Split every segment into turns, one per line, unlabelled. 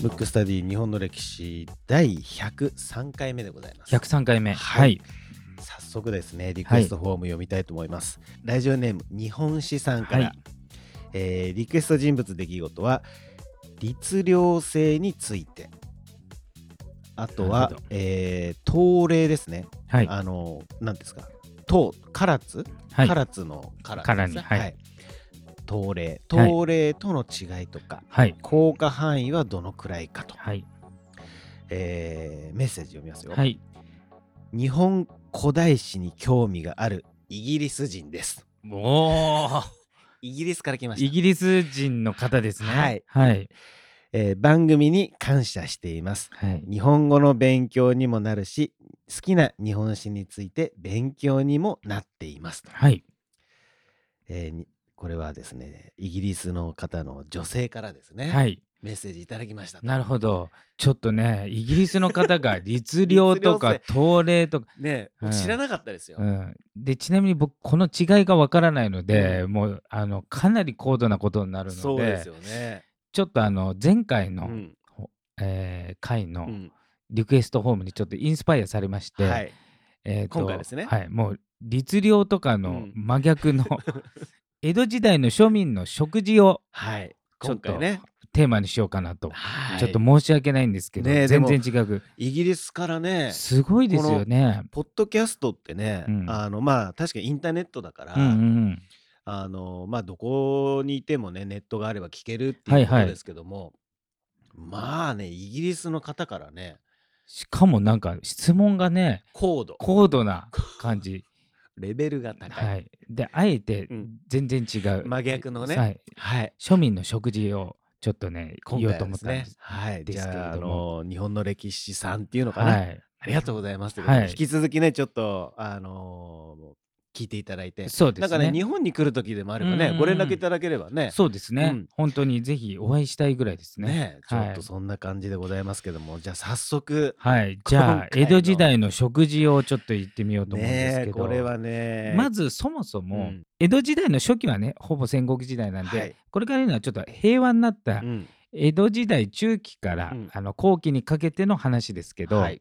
ブックスタディ日本の歴史第103回目でございます。
103回目。
は
はいい。
早速ですね、リクエストフォーム読みたいと思います。ラジオネーム、日本史さんから、
はい
えーリクエスト人物出来事は、律令制について。あと
な
は
るほど、
えー、東令ですね。
はい。
あの、なんですか、唐、唐津、
はい。
唐津の唐
唐
です
に
ね。
はい
はい。東令、東令との違いとか、
はい。
効果範囲はどのくらいかと、
はい。
えーメッセージ読みますよ。
はい。
日本古代史に興味があるイギリス人です。
おー
イギリスから来ま
イ
した。
ギリス人の方ですね。
はい
はい。
えー番組に感謝しています。
はい。
日本語の勉強にもなるし、好きな日本史について勉強にもなっています。
はい。
えーにこれはですね、イギリスの方の女性からですね、
はい。
メッセージいただきました。
なるほど。ちょっとね、イギリスの方が律令とか
律
東令とか、
ねえ、
うん
知らなかったですよ。
うん、でちなみに僕この違いがわからないので、もうあのかなり高度なことになる
そ
の
う
で
ですよね。
ちょっとあの前回
う
の、
ん
えー回
う
の
ん
リクエストフォームにちょっとインスパイアされまして、
はい、
えーと
今回ですね
はい、もう律令とか
う
の
ん
真 逆の江戸時代の庶民の食事を
はい、
ちょ
今
っと
回ね、
テーマにしようかなと、
はい
ちょっと申し訳ないんですけど、
ねえで
全
も
然違う
イギリスからね、
すごいですよね。
ポッドキャストってね、
うん
あのまあ確かにインターネットだから、
うんうん
あのまあどこにいてもねネットがあれば聞けるって
はいいう
こと
はい
ですけども、まあねイギリスの方からね
しかもなんか質問がね
高度
高度な感じ
レベルが高い、
はい、であえて
うん
全然違う、
真逆のね
はい
はい、
庶民の食事をちょっとね
今
言おう
回
と
はで
思っ
す
たんで
ね
す
はい
で
じ
すけれども
ゃああの日本の歴史さんっていうのかな、
はい
ありがとうございますということで、
はい
引き続きねちょっとあの聞いていただいて、
そうですね
なんかね日本に来る時でもあればね、
うんうんうん
ご連絡いただければね
そうですね、
うん
本当にぜひお会いしたいぐらいですね
ねちょ
はい
っとそんな感じでございますけども、じゃあ早速
はいじゃあ
今回
江
の
戸時代の食事をちょっと言ってみようと思うんです
ね
け
え
ど、
これはね
まずそもそも、
うん
江戸時代の初期はねほぼ戦国時代なんで、
はい
これからいうのはちょっと平和になった
うん
江戸時代中期から、
うん
あの後期にかけての話ですけど、
はい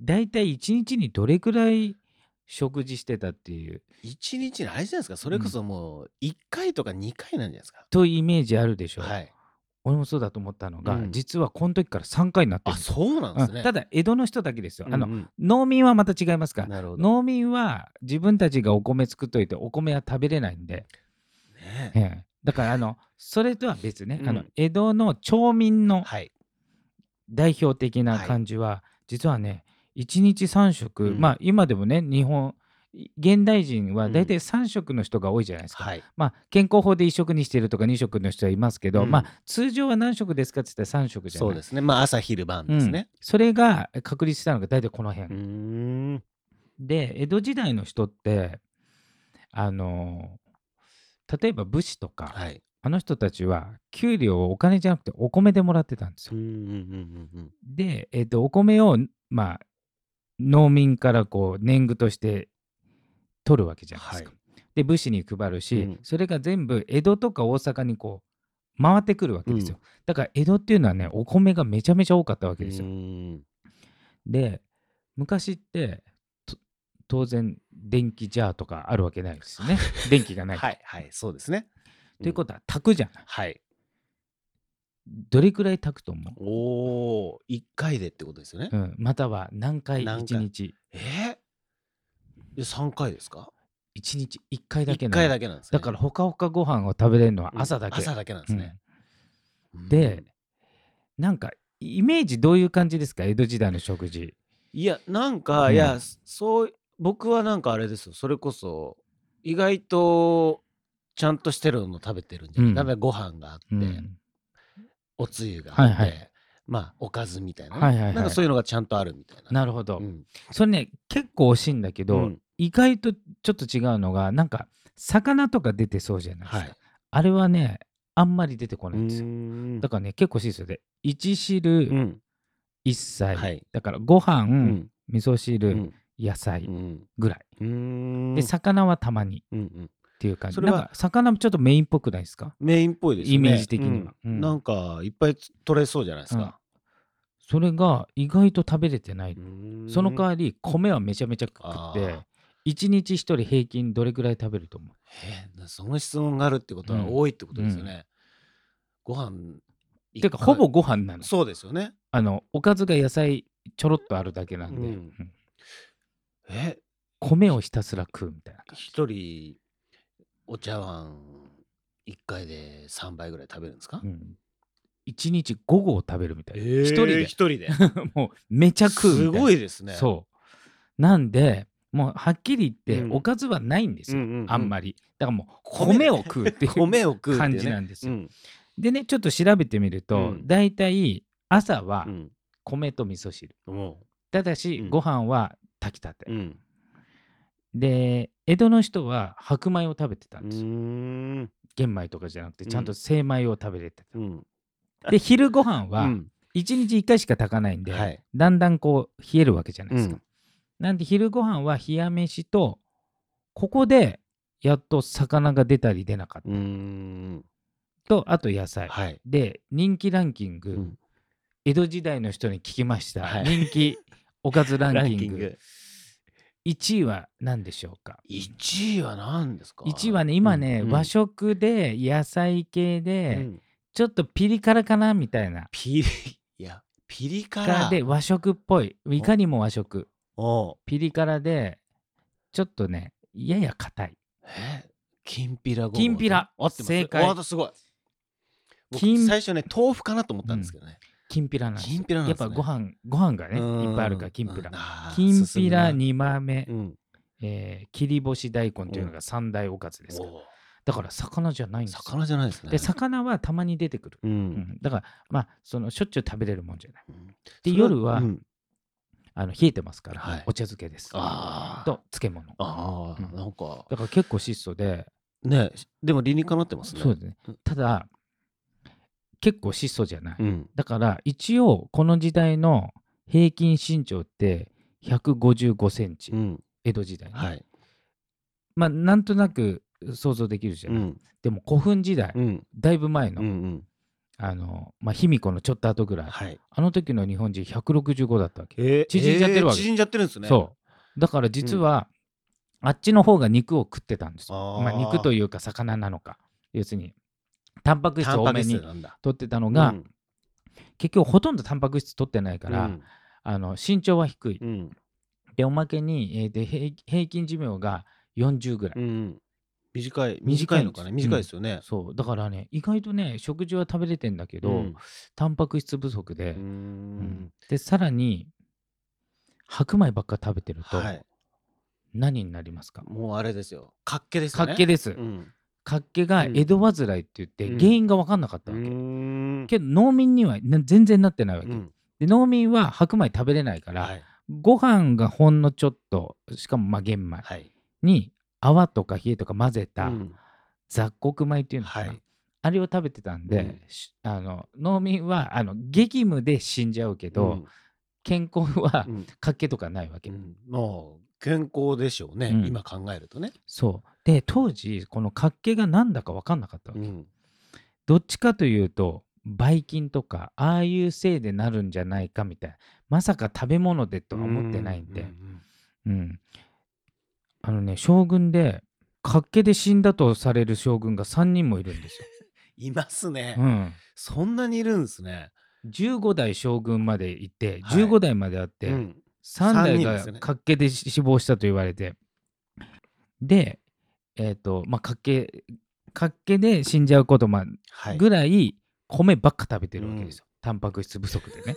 大体1日にどれくらい食事してたっていう
一日にあれじゃないですかそれこそもう1回とか2回なんじゃないですか、
というイメージあるでしょう、
はい
俺もそうだと思ったのが、
うん
実はこの時から3回になって
あ
るんですよ
そうなんですね、
うんただ江戸の人だけですよ、
うんう
あ
ん
の農民はまた違いますから
なるほど、
農民は自分たちがお米作っといてお米は食べれないんで、
ね
ええだからあのそれとは別ね、
うん
あの江戸の町民の
はい
代表的な
はい
感じは、実はね1日3食、
うん
まあ今でもね日本い現代人は大
う
体3食の人が多いじゃないですか、
はい
まあ健康法で1食にしてるとか2食の人はいますけど、
うん
まあ通常は何食ですかって言ったら3食じゃない
そうですねまあ朝昼晩
うん
ですね
それが確立したのが大体この辺、
うーん
で江戸時代の人ってあの例えば武士とか、
はい
あの人たちは給料をお金じゃなくてお米でもらってたんですよ
うんうんうんうんうん
で、えっとお米を、まあ、農民からこう年貢として取るわけじゃないですか。
は
で武士に配るし、
うん
それが全部江戸とか大阪にこう回ってくるわけですよ。だから江戸っていうのはねお米がめちゃめちゃ多かったわけ
う
ですよ。
ーん
で昔ってと当然電気ジャーとかあるわけないですよ ね電気がない。
はいはいそうですね
ということは炊くじゃない。
はい
どれくらい炊くと思う、
おー1回でってことですよね、
うん、または何回
何
一
回
日
えー、で3回ですか
一日一回だけ
1
の
回だけなんですね
だからほかほかご飯を食べれるのは
うん
朝だけ。
朝だけなんですね、
うん
う
で
ん、
なんかイメージどういう感じですか江戸時代の食事。
いやなんか、
うん
いやそう僕はなんかあれですよそれこそ意外とちゃんとしてるの食べてるんじゃない、
うん
だからご飯があって、
うん
おつゆがあって、
はいは
まあおかずみたいな、
はいはいはい
なんかそういうのがちゃんとあるみたいな。
なるほど、
うん
それね結構惜しいんだけど、
うん
意外とちょっと違うのがなんか魚とか出てそうじゃないです
は
か、
い、
あれはねあんまり出てこないんですよ
ん
だからね結構惜しいですよね一汁
うん
一菜、
はい
だからご飯、
うん
味噌汁、
うん
野菜
うん
ぐらい
うん
で魚はたまに
うんうん
っっていう感じ
それは
なんか魚もちょっとメインっぽくないですか
メインっぽいですね。
イメージ的には
う
うん
んなんか、いっぱい取れそうじゃないですか。
それが意外と食べれてない、
うーん
その代わり米はめちゃめちゃ食って
あ
1日1人平均どれくらい食べると思う
えーその質問があるってことは多いってことですよね。ご飯
て
一
か
杯
ほぼご飯なの
そうですよね。
あのおかずが野菜ちょろっとあるだけなんで、
うん
うん
え
米をひたすら食うみたいな感じ
一人お茶碗一回で三杯ぐらい食べるんですか
う？ん、1日5合食べるみたいな、一人で
一人で。
もうめちゃ食うみた
す
いな
ごいですね。
そうなんでもうはっきり言って
うん
おかずはないんですよ、
うんうんうん
あんまりだからもう米を食うっていう
米を食うっていうね
感じなんですよ
うん
でねちょっと調べてみると、
うん
だいたい朝は
うん。
米と味噌汁
も
ただし、
うん
ご飯は炊きたて、
う。うん。
で江戸の人は白米を食べてた
うん
ですよ、
ーん。
玄米とかじゃなくて
うん
ちゃんと精米を食べれてた、
うん。
で昼ご飯は
うん
1日1回しか炊かないんで、
はい
だんだんこう冷えるわけじゃないですか、
うん
なんで昼ご飯は冷や飯とここでやっと魚が出たり出なかった
うーん。
とあと野菜、
はい。
で人気ランキング、
うん
江戸時代の人に聞きました、
はい
人気おかずランキング
ランキング
1位は何でしょうか
一位は何ですか？
1位はね今ね、
うん
和。食で野菜系
う
で、
ん
ちょっとピリ辛かなみたいな
ピリいやピリ辛
で和食っぽいいかにも和食
おう
ピリ辛でちょっとねやや硬い
えきんぴらごぼう
きんぴら
合ってます
正解
おーすごい僕
きん
最初ね豆腐かなと思ったんですけどね、
きんぴらなんですよ
きんぴらなんですね
やっぱご飯ご飯がね
うん
いっぱいあるからきんぴら
うんあー
きんぴら
進むな
煮豆、
うん
えー切り干し大根というのが三大おかずですから
おう
だから魚じゃないんですよ
魚じゃないですね
で魚はたまに出てくる、
う、
うんんだからまあそのしょっちゅう食べれるもんじゃない
うん
で
それ
夜は
うん
あの冷えてますから、
はい
お茶漬けです
あー
と漬物
ああ、
うん
なんか
だから結構質素で
ねでも理にかなってますね
そうですね
うん。
ただ、結構質素じゃない。
うん
だから、一応、この時代の平均身長って155センチ、
うん
江戸時代、ね
はい
まあ、なんとなく想像できるじゃ
う
ない。
ん
でも、古墳時代、
うん
だいぶ前の、
うんうん
あの、まあ、卑弥呼のちょっと後ぐらい、
はい
あの時の日本人165だったわけ。
えー
縮んじゃってるわけ
縮んじゃってるんですね
そう。だから、実は、あっちの方が肉を食ってたんですよ。
あー
まあ、肉というか、魚なのか。要するに、タンパク質
タ
を
ン
多
パ
め
ク質
に
なんだ
取ってたのが、
うん
結局ほとんどタンパク質取ってないから、
うん
あの身長は低い、
うん
でおまけに、えーで平平均寿命が40ぐらい、
うん短い
短
短
い
い
ん
の
です
かね短いですよね、
そうだからね意外とね食事は食べれてんだけど、
うん
タンパク質不足で、
うー
うん
ん
でさらに白米ばっか食べてると
はい、
何になりますか、
もうあれですよ。かっけです
か
ね。
っけです、
うん。
かっけが江戸患いって言って、
うん
原因が分かんなかっ
う
たわけ、
ん。
けど農民にはな全然なってないわけ、
うん
で農民は白米食べれないから、
はい。
ご飯がほんのちょっとしかもまあ玄米、
はい。
に泡とか冷えとか混ぜた
うん
雑穀米っていうのかな、
はい
あれを食べてたんで、
うん
しあの農民はあの激務で死んじゃうけど、健康は
うん
かけとかないわけ、
うんもう健康でしょうね。
うん
今考えるとね。
そうで当時このかっけが何だか分かんなかったわ
う
け、
ん。
どっちかというとばい菌とかああいうせいでなるんじゃないかみたいなまさか食べ物でとは思ってないんで、
う
うん。あのね、将軍で、脚気で死んだとされる将軍が3人もいるんです
いますね
よ。う。ん。
そんなにいるんですね。
15代将軍まで行って、
はい
15代まであって、
うん
3
三
代
人ですよ
が
ね
脚気で死亡したと言われて、で、えっ、と、まあ、脚気、脚気で死んじゃうことま
はい。
ぐらい、米ばっか食べてるわけですよ。タンパク質不足 でね。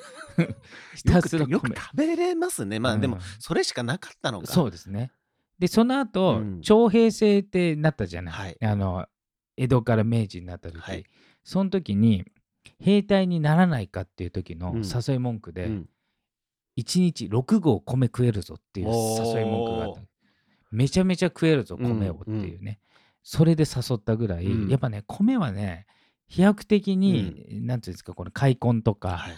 ひ
よ
た
く
すら
よく
米。
食べれますね。まあで
う
も
ん
それしかなかったのか。
そうですね。で、その後、
うん
徴兵制ってなったじゃない。
はい
あの、江戸から明治になった時、
はい
その時に、兵隊にならないかっていう時の
うん
誘い文句で、
うん。
1日6合米食えるぞっていう誘い文句があった
おー。
めちゃめちゃ食えるぞ、米をっていうね。それで誘ったぐらい、
うん
やっぱね、米はね、飛躍的に、なんていうんですか、この開墾とか、
はい。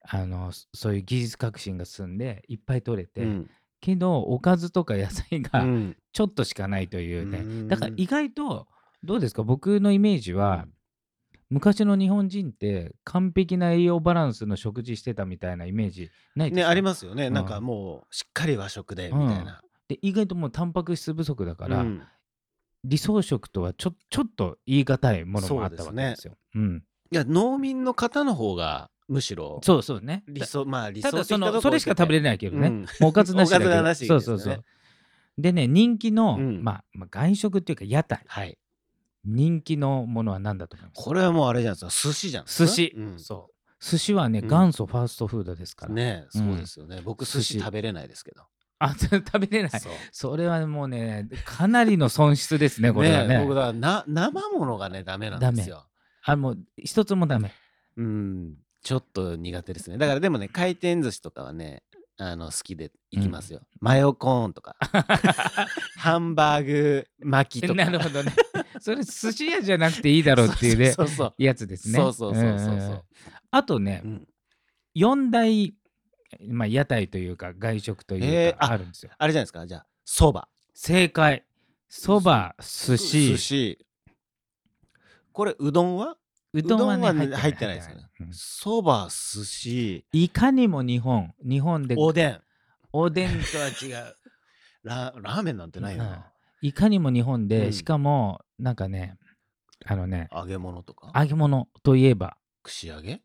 あの、そういう技術革新が進んで、いっぱい取れて、
うん
けどおかずとか野菜
う
が
ん
ちょっとしかないというね、
うん
だから意外とどうですか僕のイメージは、昔の日本人って完璧な栄養バランスの食事してたみたいなイメージないです
ね、
か
ありますよね、
うん
なんかもうしっかり和食でみたいな、
で意外ともうタンパク質不足だから、
うん
理想食とはちょちょっと言い難いものもあったわけですよ。うん、
いや農民の方の方がむしろ
そうそうね。
理想まあ理想
た
的
だ
なと
そ
こ
のそれしか食べれないけどね、
うん
もうおかずなしだけど
おかずなしです
そ
よ
う
ね
そうそうでね人気の、
うん
まあ、まあ外食っていうか屋台
はい
人気のものは何だと思います
これはもうあれじゃないですか寿司じゃないです
寿
か
司、
うん
そう寿司はね
うん
元祖ファーストフードですから、
ねえ
う
そ
ん
うですよね、僕寿
寿司
司食べれないですけど、
あ食べれない
そう
それはもうねかなりの損失ですねこれはね
え僕だからな生ものがねダメなんですよ
あもう一つもダメ
うんちょっと苦手ですねだからでもね回転寿司とかはねあの好きで行きますよ、マヨコーンと かハンバーグ巻きとか
なるほどね それ寿司屋じゃなくていいだろうっていうね
そうそう
やつですね
そうそうそうそうそうそ
ん
う
あとね、
うん
四大、まあ、屋台というか外食とい
えー
うか
あ
あるんですよ、
あれじゃないですかじゃあそば
正解そば寿司
寿司これうどんは
うどんは,、ね、
うどんは入ってないですよね
うん
そば寿司
いかにも日本日本で
お
お
でん
でんとは違う
ララーメンなんてないな、
いかにも日本で、
うん
しかもなんかねあのね
揚げ物とか
揚げ物といえば
串揚げ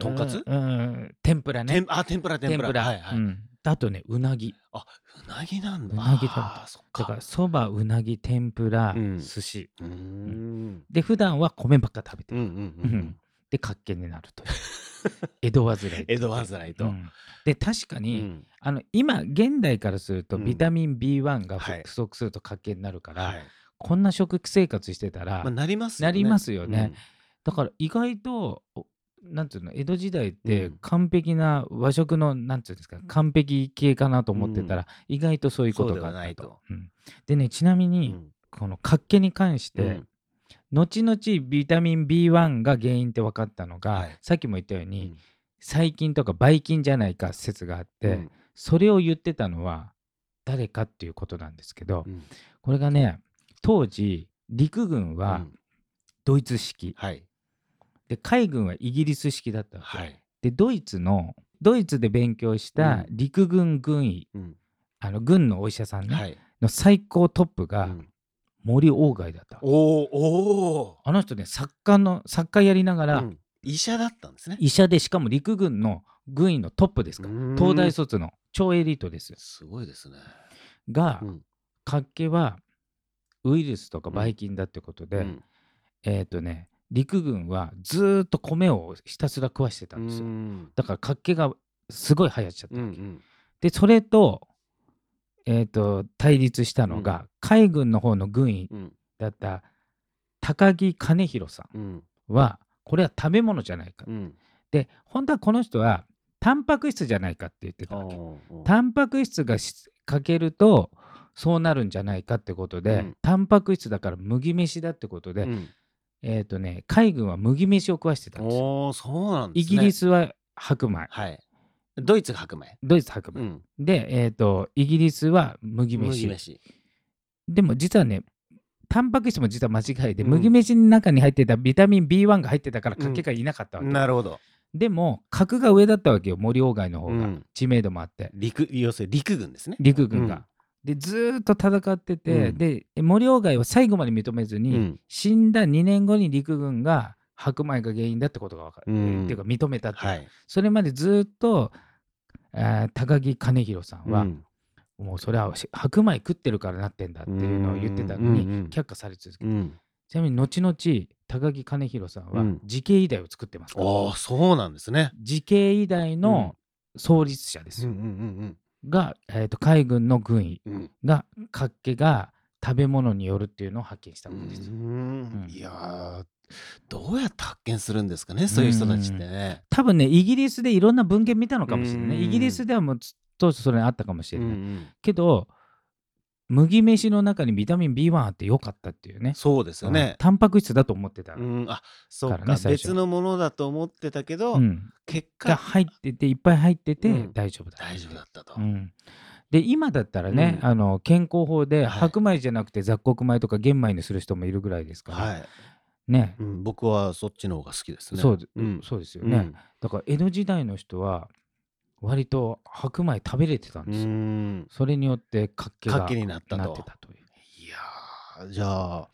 とんかつ
うんうん天ぷらね
天あ天ぷら天ぷらはいはい、
うん、あとねうなぎ
あうなぎなんだ
うなぎ食べた
あーそっ
だ
か
からそばうなぎ天ぷら、
うん
寿司
うーん
で普段は米ばっか食べて
う
る、
んうんうんうん
で活気になる という江戸患い
江戸患いと、
うんで確か
う
に、
ん
あの今現代からすると
うん
ビタミン B1 が
はい
不足すると活気になるから、
はい
こんな食生活してたら、
まあ、なりますよ
な
ね
りますよね、
うん
だから意外とおなんていうの江戸時代って
うん
完璧な和食のなんていうんですか完璧系かなと思ってたら、意外とそういうことがあった
そうではないと
うんでねちなみ
う
に、
ん
この活気に関して、
うん
後々ビタミン B1 が原因って分かったのが、
はい
さっきも言ったように、
うん
細菌とかばい菌じゃないか説があって、
うん
それを言ってたのは誰かっていうことなんですけど、
うん
これがね当時陸軍
う
は
ん
ドイツ式、
はい
で海軍はイギリス式だったわけ、
はい、
でドイツのドイツで勉強した
うん
陸軍軍医、
うん
あの軍のお医者さんね、
はい
の最高トップが
うん
森鴎外だったわけ、
おおおお
あの人ね作家の作家やりながら、
うん医者だったんですね
医者でしかも陸軍の軍医のトップですから東大
す
卒の超エリートですよ
すごいですね、
が、
うん
活気はウイルスとか
うん
ばい菌だってことで、
うん
えっ、とね陸軍はずーっと米をひたすら食わしてたんですよ、
うん
だから活気がすごい流行っちゃった
う
わけ、
ん
でそれと,、えー、と対立したのが、海軍の方の軍医
うん
だった高木兼弘さ
うん
んはこれは食べ物じゃないか、
うん
で本当はこの人はタンパク質じゃないかって言ってたわけ
おーおー
タンパク質がし欠けるとそうなるんじゃないかってことで、
うん
タンパク質だから麦飯だってことで、
うん
えっ、とね海軍は麦飯を食わしてたんですよ。
おーそうなんで
イ
すね
ギリスは白米、
はいドイツが白米
ドイツ白米、
ん
で、えー、とイギリスは麦
麦
飯
飯
でも実はねタンパク質も実は間違いで、
うん
麦飯の中に入ってたビタミン B1 が入ってたからかけがいなかったわけ、
なるほど
でも格が上だったわけよ森鴎外の方が、
うん
知名度もあって
陸要するに陸軍ですね
陸軍が。でずーっと戦ってて、
うん
で森鴎外は最後まで認めずに、
うん
死んだ2年後に陸軍が白米が原因だってことが分かる、
うん
っていうか認めたっていう、
はい
それまでずーっとあー高木兼弘さんは、
うん
もうそれはし白米食ってるからなってんだっていうのを言ってたの
うんうんうん
に却下され続け
う
て、
ん
ちなみに後々高木兼弘さんは
うん
慈恵医大を作ってますから、
おーそうなんですね
慈恵医大の創立者です
うん
よ、
うん
が、えー、と海軍の軍医
うんうん
が活気が食べ物によるっていうのを発見した
う
わけですよ、
ん
うん
いやーどうやって発見するんですかねそういう人たちってね
多分ねイギリスでいろんな文献見たのかもしれない、
うん
イギリスではもうつ当初それあったかもしれ
う
ない、
ん
けど麦飯の中にビタミン B1 あってよかったっていう
うん
ね
そうですよ
うん
ね
タンパク質だと思ってた、
うんあそう
からね
か
最初
別のものだと思ってたけど
うん
結果
が入ってていっぱい入ってて
うん
大丈夫だ、
大丈夫だったと
うんで今だったらね、
うん
あの健康法で
はい
白米じゃなくて雑穀米とか玄米にする人もいるぐらいですから、
はい、
ね
うん、僕はそっちの方が好きですね
そうで
うん
そうですよ
う
ね、
ん
だから江戸時代の人は割と白米食べれてたん
う
ですよ、
ん
それによって活気が
活気になったと
なってたという
いやーじゃあ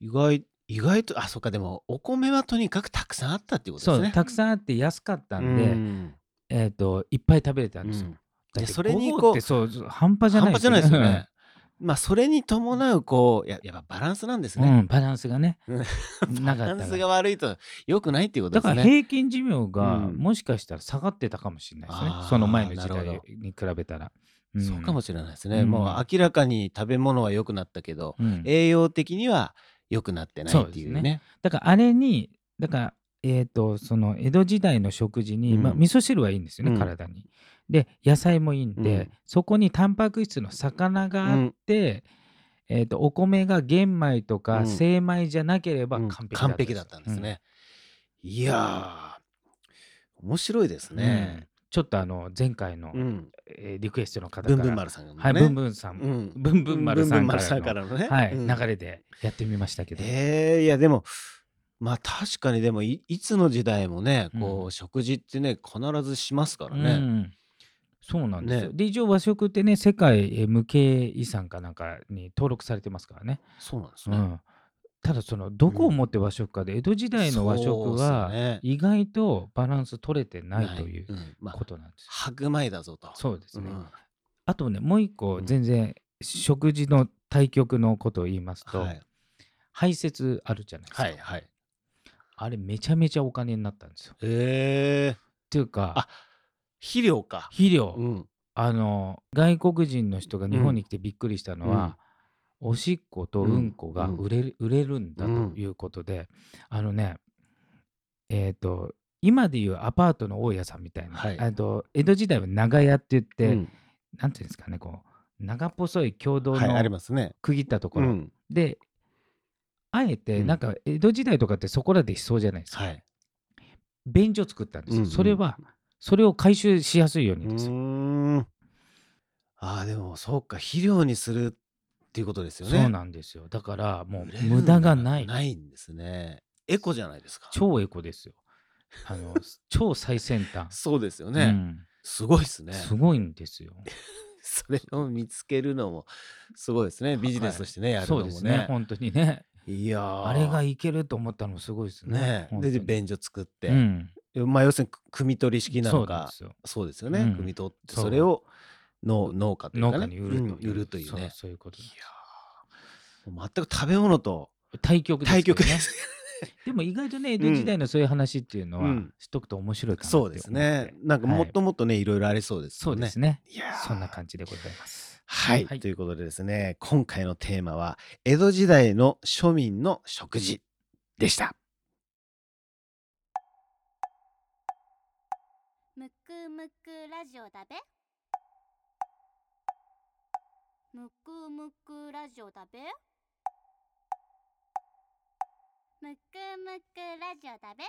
意外意外とあそっかでもお米はとにかくたくさんあったっていうこと
そ
で
う
すね
たくさんあって安かったんで、
うん
えっ、といっぱい食べれたんですよ、
うん
だ
で
って
それに
ごぼ
こ
って
う
そうそう半端じゃな
半
い
端じゃないですよ
よ
ねまあそれに伴うこうややっぱバランスなんです
う
ね、
ん、バランスがね
うん
なか
バラ
った
ン
か
ス
ら
が悪いと良くないっていうこと
だ
で
か
す
ら
ね
平均寿命が
うん
もしかしたら下がってたかもしれないですね、
あー
その前の時
なる
代
ほ
に比べたら。
そうかもしれないですね、
うん
もう明らかに食べ物は良くなったけど、
れない、うん
栄養的には良くなってないっていう
そうです
ね
ねだからあれにだから、えー、とその江戸時代の食事に、
うん
まあ、味噌汁はいいんですよね、
うん
体に。で野菜もいいんで、
うん
そこにタンパク質の魚があって、えー、とお米が玄米と
う
か
ん
精米じゃなければ
うん
完璧だった,、
完璧だったんですね、いやー面白いです
うん。うん
ね、
ちょっとあの前回の、
うん
えーリクエストの方
ぶ
から
んぶん丸さんがね、
はい、ブンブンさん、
うん
ブンブン丸さん
ぶ
か
ぶさんかららのね、
の、はい
うん
流れでやってみましたけど、
えーいやでもまあ確かにでもいいつの時代もねこ
う
うん食事ってね必ずしますから
う
ね、
ん、そうなんですよ。
ね
で一応和食ってね世界えー無形遺産かなんかに登録されてますからね。
そうなんです
う
ね、
ん、ただそのどこをもって和食かで、江戸時代の和食は
そうっすね
意外とバランス取れてないというん
まあ
ことなんですよ。
白米だぞと
そうですね。
ん
あとねもう一個
うん
全然食事の対局のことを言いますと、
はい
排泄あるじゃないですか、
はいはい
あれめちゃめちゃお金になったんですよ。っ
えー、
ていうか
あ肥料か、
肥料、
うん、
あの外国人の人が日
うん
本に来てびっくりしたのは、おしっことうんこが
うん
売れる,、売れるんだということで、あのねえっ、と今でいうアパートの大家さんみたいな、
はい
あと江戸時代は長屋って言って、
うん
なんていうんですかねこう長細い共同
はいあり
の
ますね
区切ったとこ
う
ろ、
ん
であえて
うん
なんか江戸時代とかってそこらでしそうじゃないですか、
はい
便所作ったんですよ、
うんうん
それはそれを回収しやすいように
う
ですよ、
ーんああでもそうか肥料にするっていうことですよね
そうなんですよだからも
売れ
う
るん
無駄がない
ないんですねエコじゃないですか
超エコですよ。あの 超最先端。
そうですよ
う
ね、
ん
すごいですね
すごいんですよ。
それを見つけるのもすごいですねビジネスとしてね、やるの
そう
も
ですね
ね
本当にね。
いやー
あれがいけると思ったのもすごいですね
ね。
本当
で
に
で便所作っ
う
て、
ん、
まあ要するに汲み取り式な
そ
の
うなん
か
ですよ。
そうですよね、
うん
汲み取って
そう
それをの農家という
農
か、ね、
家に売るという,、
うん売るという
そう
ね
そういうこと
い。やーもう全く食べ物と
対局です
対
けど
局
ね。
です
でも意外とね江戸時代のそういう話っていうの
う
は
ん
しとくと面白いかなって
そ
思
う
って。
ですねなんかもっともっとね、い、ろいろありそうです
そ
よ
うで
ね
すね。
いやー
そんな感じでございます。
はい、
はい
ということでですね今回のテーマは江戸時代の庶民の食事でした
むくむくラジオだべむくむくラジオだべむくむくラジオだべ